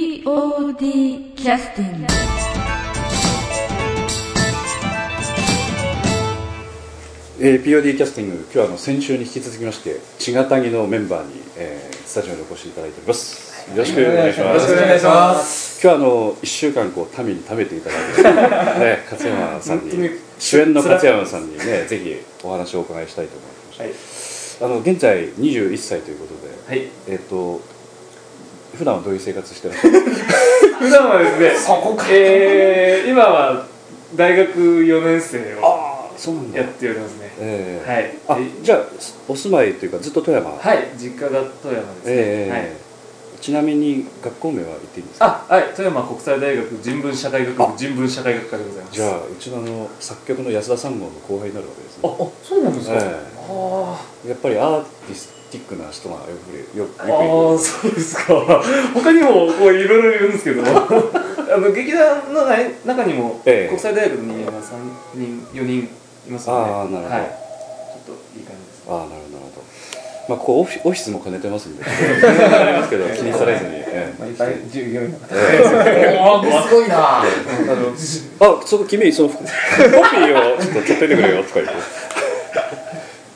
POD キャスティングえー POD キャスティング今日はあの先週に引き続きまして千賀谷のメンバーに、えースタジオにお越しいただいておりますよろしくお願いします今願いします。日はあの1週間こう民に食べていただいて、ね、勝山さんに本当に主演の勝山さんにねぜひお話をお伺いしたいと思いました、はい。あの現在21歳ということで、はい。えっ、と普段はどういう生活してらっしゃる普段はですね、えー今は大学4年生をああそうなんだやっておりますね。えーはい。あじゃあお住まいというかずっと富山えはい、実家が富山ですね。えはいーちなみに学校名は言っていいんですかあ、はい、富山国際大学人文社会学部人文社会学科でございます。じゃあうちのあの作曲の安田三郷の後輩になるわけですあ、ねあ、そうなんですか。えあーやっぱりアーティスティックな人がよくよよくあいるー、そうですか。他にもこういろいろいるんですけど。あの劇団の中に中にもええ国際大学の人間が3人、4人いますよね。あーなるほどはい。ちょっといい感じです。ああなるほどなるほどまあここオフィオフィスも兼ねてますんで気になりますけど気にされずに、ええいっぱい従業員の方おーすごいなあのあそこ君そのコピーをちょっと取っといてくれよとか言って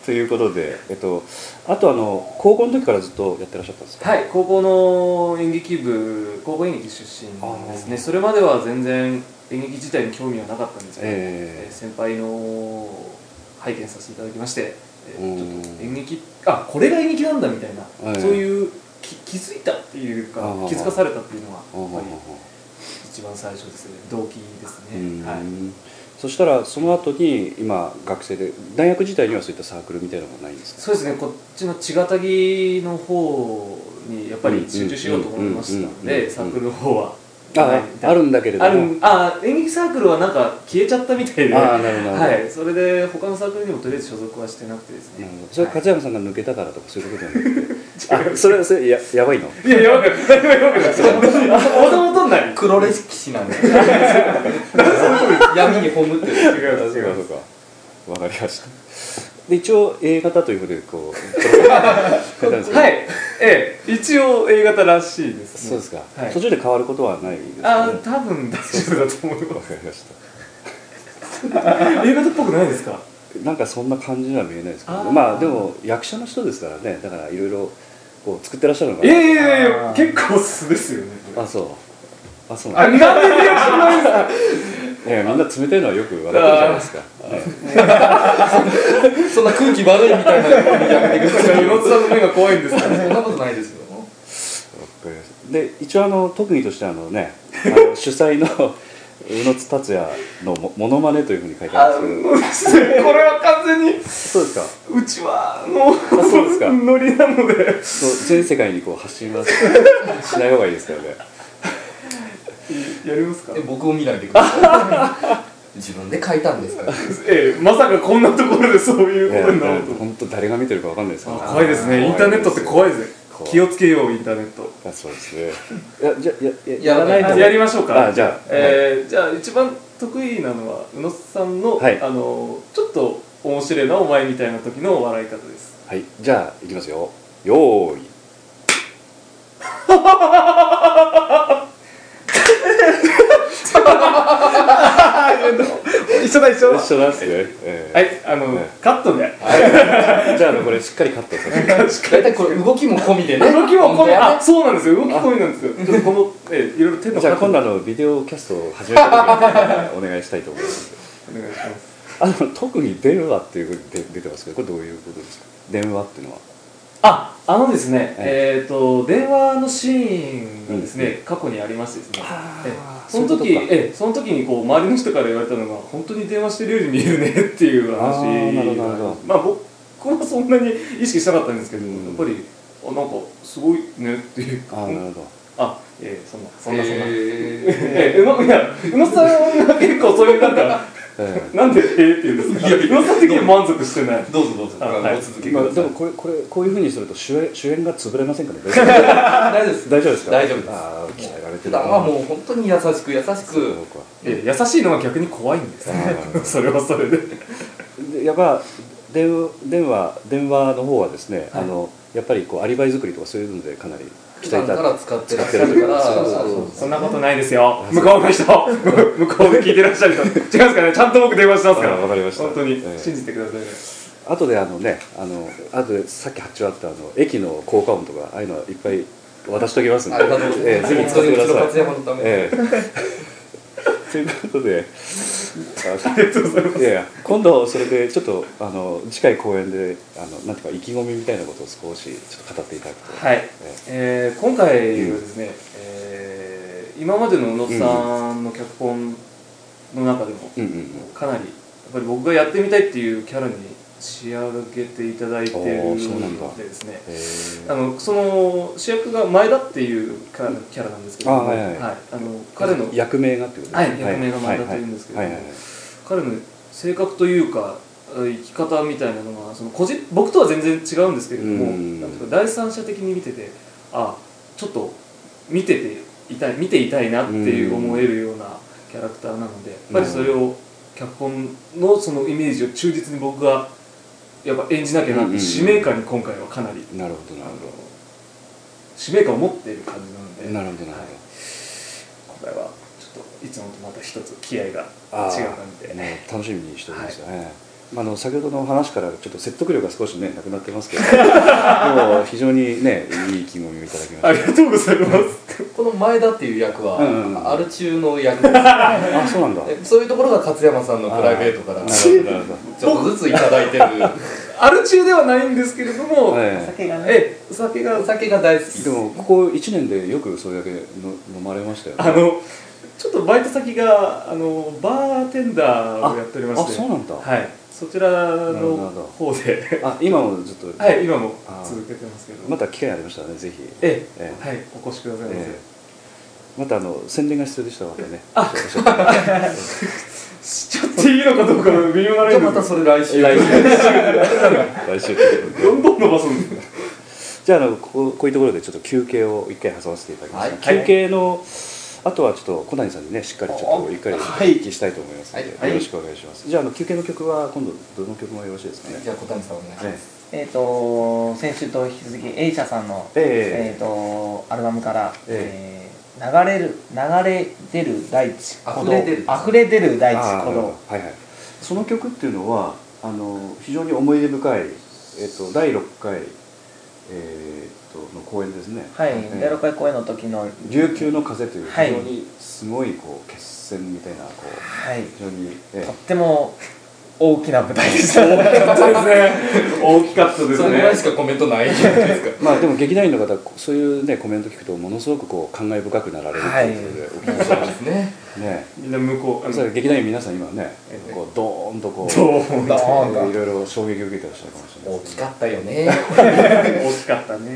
ということで、えっと、あとあの高校の時からずっとやってらっしゃったんですかはい高校の演劇部高校演劇出身ですあーねそれまでは全然演劇自体に興味はなかったんですけど、ええーえ先輩の拝見させていただきまして、えーうんちょっと演劇あこれが演劇なんだみたいな、ええそういうき気づいたっていうかあー気づかされたっていうのがやうんうんっぱり一番最初ですね動機ですうんね、はい、そしたらその後に今学生で大学時代にはそういったサークルみたいなのはないんですかそうですねこっちの千ヶ滝の方にやっぱり集中しようと思いましたうんのうんうんうんうでんサークルの方はああるんだけれどもあるあ演劇サークルはなんか消えちゃったみたいであーなるほどなるほどはい、それで他のサークルにもとりあえず所属はしてなくてですなねるほどそれは勝山さんが抜けたからとかそういうことじゃ なくてあそれはそれややばいのいややばくないやばくないもともとない黒歴史なんで闇に葬ってる違う違うそうかわかりましたで一応 A 型ということで こう書いたんですけどはいええ一応 A 型らしいですねそうですか、はい途中で変わることはないですねあー多分大丈夫だと思いわまかりましたす A 型っぽくないですかなんかそんな感じには見えないですけどね、あーまあでも役者の人ですからねだからいろいろこう作ってらっしゃるのかいなやいやいやいやあー結構素ですよねあそうあそうなんあだなんでリアクションないんですかいやみんな冷たいのはよく分かってるじゃないですかそんな空気悪いみたいなやめてください岩田さんの目が怖いんですかそんなことないですよわかりましたで一応あの特技としてあの ねあの主催の宇野津達也のもモノマネというふうに書いてあるんでこれは完全にすけどそうですかうちはのそうですかノリなのでそう全世界にこう発信はしない方がいいですからねやりますかえ僕を見ないでくださ い自分で書いたんですからええまさかこんなところでそういいうことになると本当誰が見てるかわかんないですから、あ怖いですねインターネットってい怖いですね怖い気をつけようインターネットあそうですねいやじゃやややらないととやりましょうかあじゃあええじゃあ一番得意なのは宇野さんの、はいあのちょっと面白いなお前みたいな時の笑い方ですはいじゃあいきますよよーい一緒だ一緒 一緒なんですね、えはいあの、えカットでえじゃああのこれしっかりカットさせて大体これ動きも込みでね動きもこのやあめそうなんですよ動き込みなんですよちょっとこのええいろいろ手 のじゃあ角今度度あのビデオキャストを始めた時にお願いしたいと思いますお願いしますあの特に電話っていうことで出てますけどこれどういうことですか電話っていうのはああのですね、ええー、と電話のシーンがですね、うん過去にありましてですねあーええその時そういうことかええその時にこう周りの人から言われたのが本当に電話してるように見えるねっていう話あーなるほどなるほどまあ僕はそんなに意識しなかったんですけど、うんやっぱりあなんかすごいねっていうああなるほどあええそんなそんなそんな、ええ えうまいや宇野さんが結構そういうなんか えなんでええって言うんですかいやいや宇野さん的に満足してないーどうぞどうぞあはいお続えけまくあださでもいこれこれこういうふうにすると主演主演が潰れませんかね大大丈夫です丈夫ですか 大丈夫ですああ鍛えられて普るな段はもう本当に優しく優しそうくかええ優しいのが逆に怖いんですあー それはそれででやっぱ電話電話電話の方はですね、はいあのやっぱりこうアリバイ作りとかそういうのでかなり普段から使ってらっしゃ使ってるるかかららそうそうそうそんなことないですよ。向こうの人、 向こうで聞いてらっしゃる人、違うんですかね。ちゃんと僕電話してますから。あわかりました本当に、ええ信じてくださいね。あとであのねあのあとでさっき発注あったあの駅の効果音とかああいうのはいっぱい渡しときますんあでりがとうございます、ええぜひ使ってくだ本当にうちの活さい躍のために、ええということであありがとうございます。いやいや今度それでちょっとあの近い公演であのなんていうか意気込みみたいなことを少しちょっと語っていただくと、はいえ。えー今回はですね、えー今までの宇野さんの脚本の中でも、うんうんかなりやっぱり僕がやってみたいっていうキャラに仕上げていただいてるおーそうなんだでですねえあーのその主役が前田っていうキャラキャラなんですけどあもはいはいあの彼の役名がってことですはい役名が前田というんですけどはいはいはい彼の性格というか生き方みたいなのがその個人僕とは全然違うんですけれどもうんなんていうか第三者的に見ててあちょっと見てていたい見ていたいなっていう思えるようなキャラクターなのでやっぱりそれを脚本のそのイメージを忠実に僕がやっぱ演じなきゃなうっんうんうてん使命感に今回はかなりなるほどなあるの使命感を持っている感じなのほでどなるほどなるはいほど今回はちょっといつもとまた一つ気合があー違う感じで。ね、楽しみにしております、ええまああの先ほどの話からちょっと説得力が少しねなくなってますけ どでも非常にねいい意気込みをいただきまあしりがとうございます。この前田っていう役は、うんうんうんアル中の役ですたあそうなんだえそういうところが勝山さんのプライベートからあちょーなるほどなるほどっとずついただいてるアル中ではないんですけれども、ええ酒がね、えお酒がお酒が大好きでもここ1年でよくそれだけの飲まれましたよねあのちょっとバイト先があのバーテンダーをやっておりまあして、そうなんだ、はい、そちらの方で、あ今もずっと、はい、今もあー続けてますけど、また機会ありましたらねぜひええええはい、お越しくださいませ。えまたあの宣伝が必要でしたらまたねあちょっとねしちゃっていいのかどうか微妙なラじゃあインまでたす。 それ来 週来週 来週と いうことでどんどん伸ばすんですね。じゃああのこここういうところでちょっと休憩を一回挟ませていただきます、はい休憩のあとはちょっと小谷さんにねしっかりちょっと一回おはい聞きしたいと思いますので、はいよろしくお願いしますじゃああの休憩の曲は今度どの曲もよろしいですかねじゃあ小谷さんお願いしまねすえー、と先週と引き続き A 社さんの、えええーとアルバムから、ええー流れる流れ出る大地ほど溢れ出る溢れ出る大あ地ーほなるどほどはいはいその曲っていうのはあの非常に思い出深い、えっと第6回、えーっとの公演ですねはいえー第6回公演の時のはい琉球の風という非はい常にすごいこう決戦みたいなこう非常に、えとっても大きな舞台でした大きかったですね。大きかったですそね。れぐらいしかコメントないじゃないですかえまあでも劇団員の方そういうねコメント聞くとものすごくこう感慨深くなられるっていうことでお聞きしそうまでしすねたねみんな向こう、あその れ劇団員皆さん今ねええこうドーンとこうどうも ドーンといろいろ衝撃を受けてらっしゃるかもしれない大ですねきかったよね大きかったねっ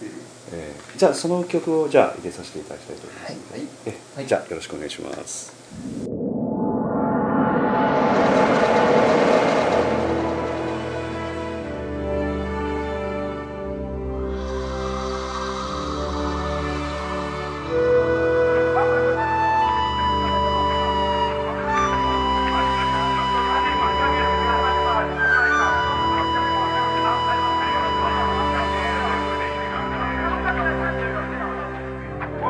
ていう。えーじゃあその曲をじゃあ入れさせていただきたいと思います、はいえはいじゃあよろしくお願いします「おお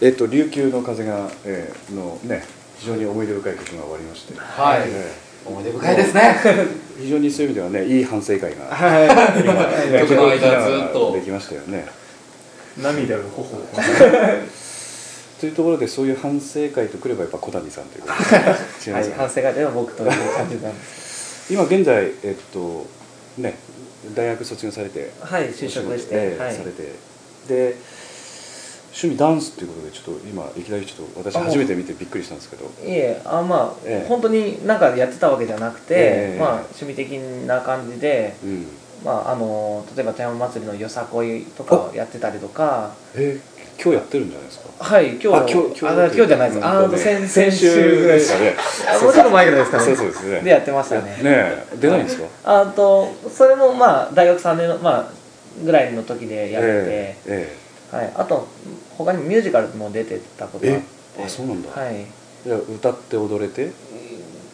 えっと、琉球の風が、えーのね非常に思い出深い曲が終わりまして、はいえ思い出深いですねー非常にそういう意味ではねいい反省会がい曲の間ずっとできましたよね涙が頬をというところでそういう反省会とくればやっぱ小谷さんということで違いまはすかい、反省会では僕という感じなんです今現在えっとね大学卒業されてはい就職して、ええはいされてで趣味ダンスということでちょっと今いきなりちょっと私初めて見てびっくりしたんですけどいえあまあ、ええ本当になんかやってたわけじゃなくて、ええまあ趣味的な感じで、うんまああの例えば山祭りのよさこいとかをやってたりとかえ今日やってるんじゃないですかはい今日あ今日あだから今日じゃないです、うんあのそうね先先週ぐらいですかねあもうちょっと前ぐらいですかねそうそうですねでやってましたねねえ出ないんですかあとそれもまあ大学3年の、まあ、ぐらいの時でやってて、えええはい、あと他にミュージカルも出てたことがあっえてあそうなんだはいえじゃあ歌って踊れて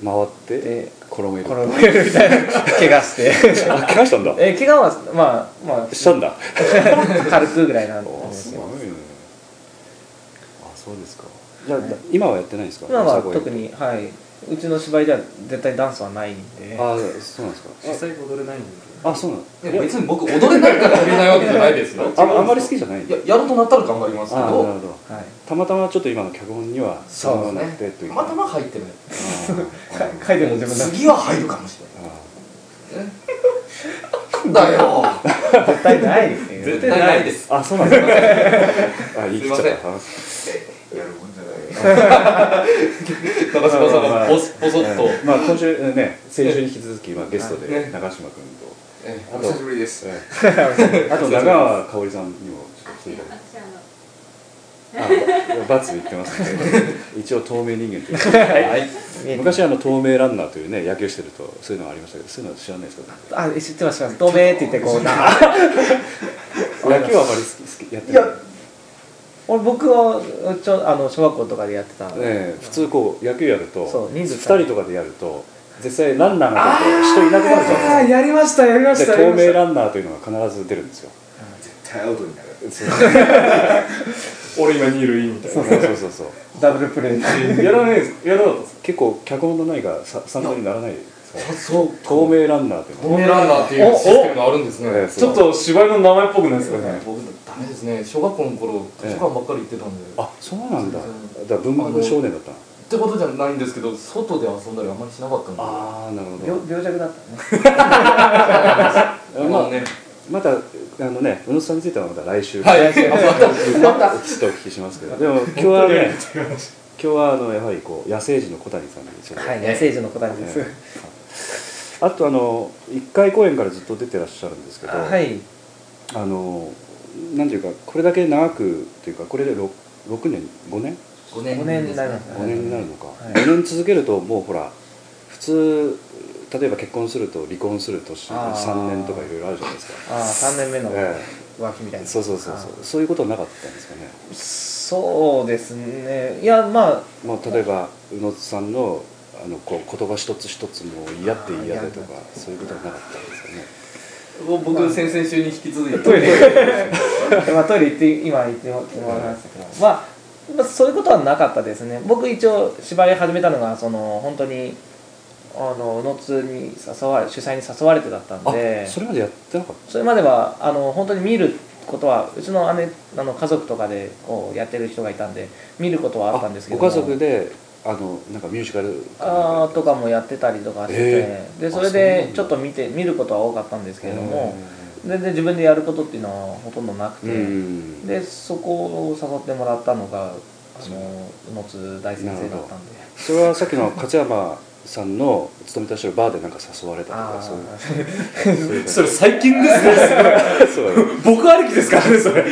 回ってで転げるこの上みたいな怪我 して あ怪我したんだえ怪我はまあまあしたんだ 軽くぐらいなんあですすごよいねあそうですかじゃあ、だ今はやってないんですか今よはさこい特にはいうちの芝居では絶対ダンスはないんであそうなんです実か際踊れないんだああそうなんでも別に僕踊れないから踊れないわけじゃないですよああんまり好きじゃないいややろうとなったら頑張りますけあなるどほどはいたまたまちょっと今の脚本にはそうなってとたいうまたま入ってない か書いても自分だ次は入るかもしれあーないだよ絶対ないですよ絶絶対ないですあそうなんですかあ言い切っちゃっすいたやるもんじゃない長嶋さんがポスポソッとええまあ今週えね先週に引き続き今ゲストでね長嶋君とえお久しぶりですええあと中川香織さんにもちょっと聞いて私あのあバツ言ってますね一応透明人間という見えて昔あの透明ランナーというね野球してるとそういうのがありましたけどそういうのは知らないですかあ知ってます知ってます透明って言ってこうな野球はあまり好き好きやっていないや俺僕はちょあの小学校とかでやってたんで、ええ普通こう野球やるとそう2人数人とかでやると絶対ランナーが出ると人いなくなるじゃあないやりましたやりまですかで透明ランナーというのが必ず出るんですよ絶対アウトになるそうそう俺今二塁みたいそうそうそうダブルプレーなやらないですやらなかったです結構脚本のないがさ参考にならないですかそう透明ランナーというの透明ランナーっていうシステムがあるんですええねそうちょっと芝居の名前っぽくないですかね僕ダメですね小学校の頃図書館ばっかり行ってたんでっあそうなんだだそかうそら文学少年だったのてことじゃないんですけど外で遊んだりあんまりしなかったんでああなるほど病病弱だったねまあまあねまたあのね宇野さんについてはまた来週 はいまたちょっとお聞きしますけどでも今日はね今日はあのやはりこう野生児の小谷さんにちょっとはい野生児の子たちです、えあとあの1回公演からずっと出てらっしゃるんですけどあはいあのなんていうかこれだけ長くというかこれで 6, 六年5年5年五年になりました5年になるのか、はい五年続けるともうほら普通例えば結婚すると離婚する年あー3年とかいろいろあるじゃないですか、あ3年目のえ浮気みたいえなそうそうそうそうそういうことはなかったんですかね、あそうですねいやまあまあ、例えば宇野さんのあのこう言葉一つ一つもう嫌って嫌でとかそういうことはなかったんですかね僕先々週に引き続いてトイレまあトイレ行って今行ってもらいましたけど、まあまあそういうことはなかったですね僕一応芝居始めたのがその本当にあの野津に誘われ主催に誘われてだったんであそれまでやってなかったそれまではあの本当に見ることはうちの姉あの家族とかでこうやってる人がいたんで見ることはあったんですけどご家族であのなんかミュージカルかなあんーかとかもやってたりとかしてて、えーでそれあそうなんでだちょっと見て見ることは多かったんですけれどもう全然自分でやることっていうのはほとんどなくて、んでそこを誘ってもらったのがあの宇野津大先生だったんでそれはさっきの勝山さんの勤めてらっしゃるバーでなんか誘われたとあかあそういうーそういうそれ最近です ね そうだね僕ありきですからねそれ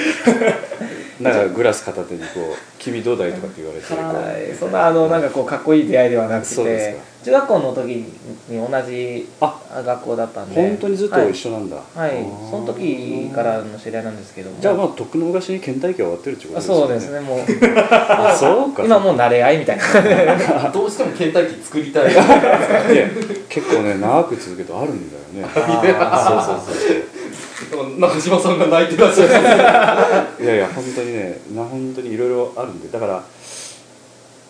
なんかグラス片手にこう「君どうだい?」とかって言われてこうはいそんなあのなんかこうかっこいい出会いではなくそうでて中学校の時に同じあ学校だったんで本当にずっとはい一緒なんだはい、あーその時からの知り合いなんですけどもじゃあまあとっくの昔に県大会終わってるってことあですよねそうですねもうあそうか 今もう慣れ合いみた いなどうしても倦怠期作りたい いいや結構ね長く続けるとあるんだよねあそうそうそう中島さんが泣いてらっしゃるいやいや本当にねな本当にいろいろあるんでだから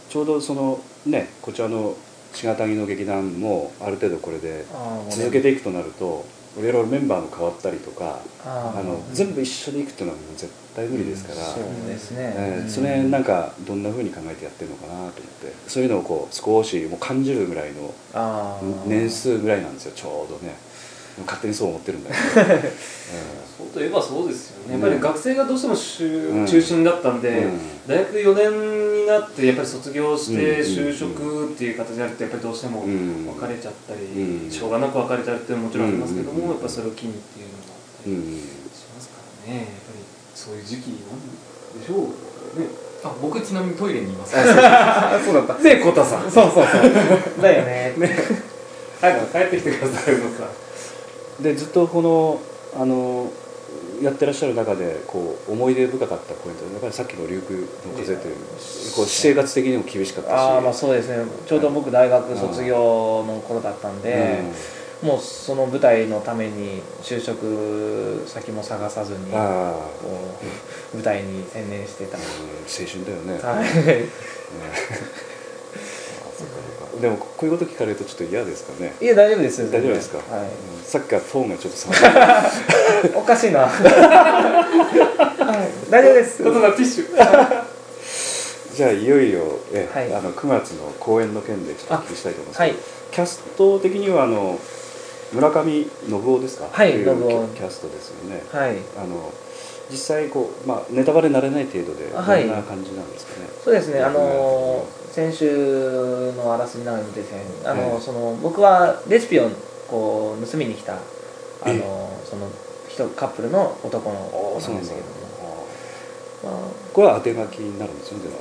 ちょうどそのねこちらの千賀谷の劇団もある程度これであー続けていくとなるといろいろメンバーも変わったりとかあーあの全部一緒にいくっていうのはもう絶対無理ですから、そうですね、えーうんそれなんかどんなふうに考えてやってるのかなと思ってそういうのをこう少しもう感じるぐらいのあー年数ぐらいなんですよちょうどね勝手にそう思ってるんだけ ど、そうといえばそうですよね、うんやっぱり学生がどうしても就、うん中心だったんで、うん大学4年になってやっぱり卒業しうてんうんうん就職っていう形になるとやっぱりどうしてもうん別れちゃったり、うんしょうがなく別れちゃうっていうのももちろんありますけども、うんうんうんやっぱそれを機にっていうのもあっうたりんうんしますからねやっぱりそういう時期なんでしょうねあ僕ちなみにトイレにいますあそうだったねえコタさんそうそうそうだよね早く帰ってきてくださいよ コタさんでずっとこのあのやってらっしゃる中でこう思い出深かったポイントやっぱりさっきの「琉球の風」というこう私生活的にも厳しかったしああまあそうですねちょうど僕大学卒業の頃だったんで、もうその舞台のために就職先も探さずにうん、ああ、こう舞台に専念してたうん青春だよね、はいあそっかそっかでもこういうこと聞かれるとちょっと嫌ですかねいや大丈夫ですよ大丈夫ですか、はうんさっきからトーンがちょっと下 がっい、おかしいな、 はい、大丈 夫ですコタさんティッ シュてじゃあいよいよ、えはいあの9月の公演の件でちょっとお聞きしたいと思います、はいキャスト的にはあの村上信夫ですかはいとう信夫キャストですよねはいあの実際こう、まあ、ネタバレになれない程度でどあはいんな感じなんですかね、そうですね、あの先週のあらすじなので、あの、その僕はレシピをこう盗みに来た、あのその人カップルの男のあ子そうなんなんでだすけあども、まこれは当て書きになるんですよねでもね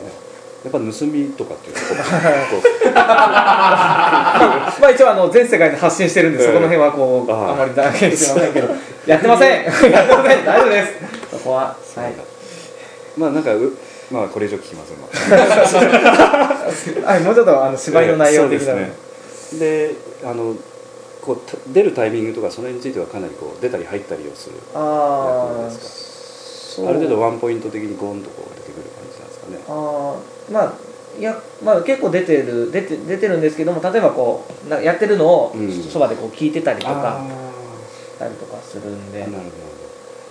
やっぱ盗みとかっていうのはこうこうあ、まあ一応あの全世界で発信してるんで、ええそこの辺はこうあああまり断言してませんけど、やってません、やってません、大丈夫です。そこははい。まあなんかうまあこれ以上聞きませんがはい、もうちょっとあの芝居の内容的なの、ええそうですねであのこうた出るタイミングとかその辺についてはかなりこう出たり入ったりをするああ、役なんですそかある程度ワンポイント的にゴンとこう出てくる感じなんですかねあーまあいやまあ、結構出てる出て出てるんですけども例えばこうなやってるのをうんそば、でこう聞いてたりとあかーしたりとかするんでなるほどなるほど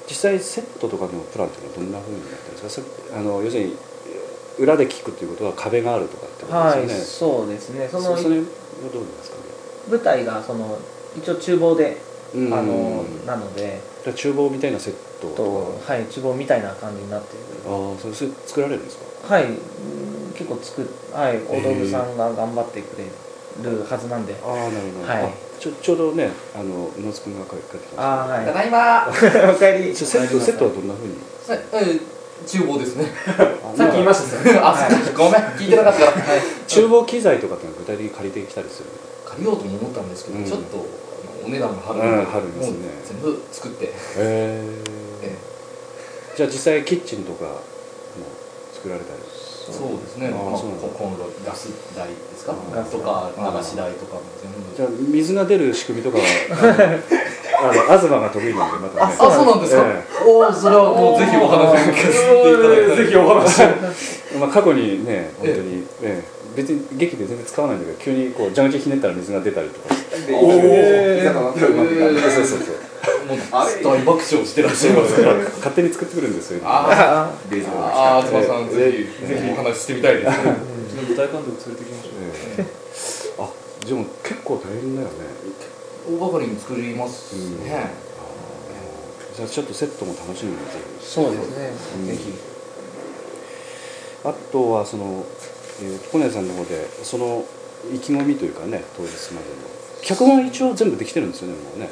実際セットとかのプランっていうのはどんな風になってるんですかせあの要するに裏で聞くということは壁があるとかってことはいですそうですねそよね、のそそれはどうなんですかね舞台がその一応厨房で、うんあのだかなのでら厨房みたいなセットとかと、はい、厨房みたいな感じになっていああそれそれ作られるんですかるはいうん結構作っはい大道具さんが頑張ってくれるはずなんで、ああなるほど、はいあちょちょうどねあの宇野津君が帰ってきたんですけどああたはだいまい おかえりちょセットセットはどんなふうにさうん厨房ですねさっき言いまししたね あ、さっきごめん聞いてなかったからた厨房機材とかっていうのは具体的に借りてきたりする借りようとも思ったんですけど、うんちょっとあのお値段が張るうん張りますねもう全部作って、へええじゃあ実際キッチンとかも作られたりえそうですねああまあ、そうなんだココンロガス台ですかガスとか流し台とかも全部じゃあ水が出る仕組みとかはあのあの東が得意なんでまたねあ、そうなんですか、えおおそれはもうぜひお話を聞かせていただきたいぜひお話をまあ、過去にね本当ええに、ええ別に劇で全然使わないんだけど急にこう蛇口ひねったら水が出たりとかしておおおー居酒屋がうまくなるそうそうそうもう大爆笑してらっしゃいますから勝手に作ってくるんですよああベースがああ、妻さえん、えぜひ、ぜひお話ししてみたいですね。うちの舞台監督連れてきましょええうあでも結構大変だよね大掛かりに作りますね。じゃあちょっとセットも楽しみにしてーそうですね、うんぜひあとはその、えー、小根さんの方でその意気込みというかね当日までの脚本は一応全部できてるんですよねもうね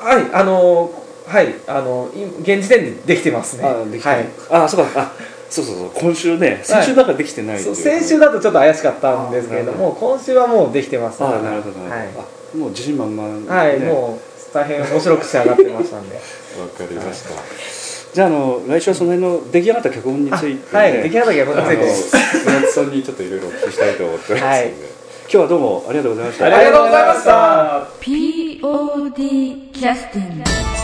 はい、あのはい、あのい現時点でできてますね。あできてはる、い。あそうかあそうそうそう今週ね先週だからできてないとそいうう先週だとちょっと怪しかったんですけれども、今週はもうできてます、あなるほどなはるいほど、あもう自信満々はい、ねもう大変面白く仕上がってました んで。わかりました、じゃああの来週はその辺の出来上がった脚本についてね、はい、出来上がった逆あのについて。船津さんにちょっといろいろお聞きしたいと思ってますので、はい今日はどうもありがとうございましたありがとうございました。 POD キャスティング